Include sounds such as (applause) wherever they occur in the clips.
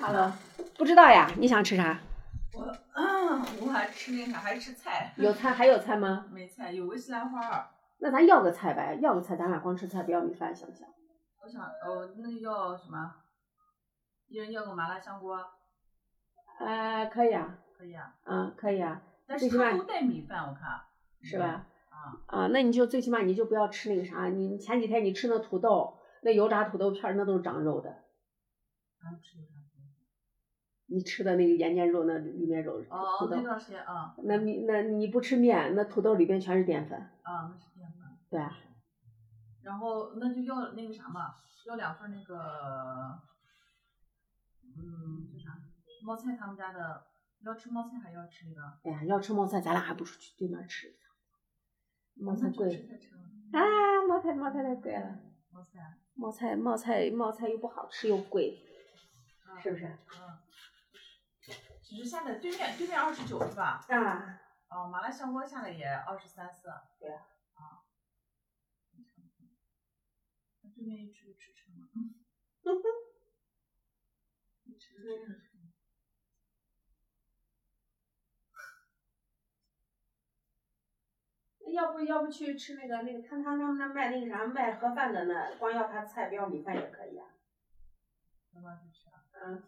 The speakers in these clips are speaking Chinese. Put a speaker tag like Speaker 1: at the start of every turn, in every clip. Speaker 1: 它了。
Speaker 2: 不知道呀，你想吃啥？
Speaker 1: 啊， (laughs) 我还吃那啥，还吃菜，
Speaker 2: 有菜还有菜吗？
Speaker 1: 没菜，有个西兰花儿。
Speaker 2: 那咱要个菜呗，要个菜，咱俩光吃菜不要米饭，行不行？
Speaker 1: 我想，哦，那要什么？一人要个麻辣香锅，
Speaker 2: 呃，可以啊，
Speaker 1: 可以啊。
Speaker 2: 嗯，可以啊，
Speaker 1: 但是
Speaker 2: 最起
Speaker 1: 它
Speaker 2: 码
Speaker 1: 都带米饭，我看。
Speaker 2: 是吧？
Speaker 1: 啊，
Speaker 2: 啊，那你就最起码你就不要吃那个啥，你你前几天你吃那土豆，那油炸土豆片儿那都是长肉的，
Speaker 1: 然后吃一下。
Speaker 2: 你吃的那个盐煎肉那里面肉是土
Speaker 1: 哦，
Speaker 2: 豆
Speaker 1: 那，段时间啊，
Speaker 2: 那你那你不吃面，那土豆里边全是淀粉，
Speaker 1: 啊，那是淀粉。
Speaker 2: 对啊，
Speaker 1: 然后那就要那个啥嘛，要两份那个，嗯，叫啥？冒菜他们家的，要吃冒菜还要吃那个，
Speaker 2: 哎呀，要吃冒菜，咱俩还不出去对面吃一趟，冒菜
Speaker 1: 那就
Speaker 2: 贵
Speaker 1: 吃菜吃了。
Speaker 2: 啊，冒菜冒菜太贵了，
Speaker 1: 冒菜，
Speaker 2: 冒菜冒菜冒菜又不好吃又贵，
Speaker 1: 啊
Speaker 2: 是不是？
Speaker 1: 嗯，只是下的对面对面二十九是吧？
Speaker 2: 啊，
Speaker 1: 哦，麻辣香锅下来也二十三四。
Speaker 2: 对
Speaker 1: 啊。那对面一吃就吃撑了。嗯一吃就
Speaker 2: 嗯
Speaker 1: 吃撑了
Speaker 2: 要不要不去吃那个那个他他他们那卖那个啥卖盒饭的那，光要他菜不要米饭也可以啊，
Speaker 1: 要不要去吃啊？嗯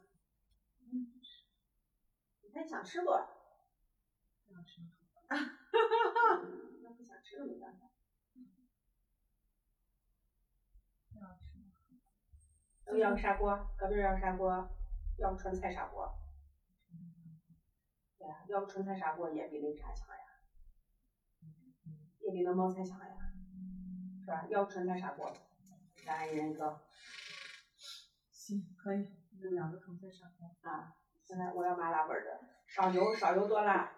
Speaker 2: 嗯，你看想吃不？
Speaker 1: 不想吃了
Speaker 2: 嗯那不想吃了没办法。
Speaker 1: 不想吃了
Speaker 2: 我要个砂锅，隔壁要个砂锅，要个纯菜砂锅。对呀，要个纯菜砂锅也比那个啥强呀，
Speaker 1: 嗯
Speaker 2: 也比那冒菜强呀，是吧？要个纯菜砂锅，咱一人一个
Speaker 1: 行，可以，那两个纯菜砂锅。
Speaker 2: 啊。现在我要麻辣味儿的，少油少油多辣，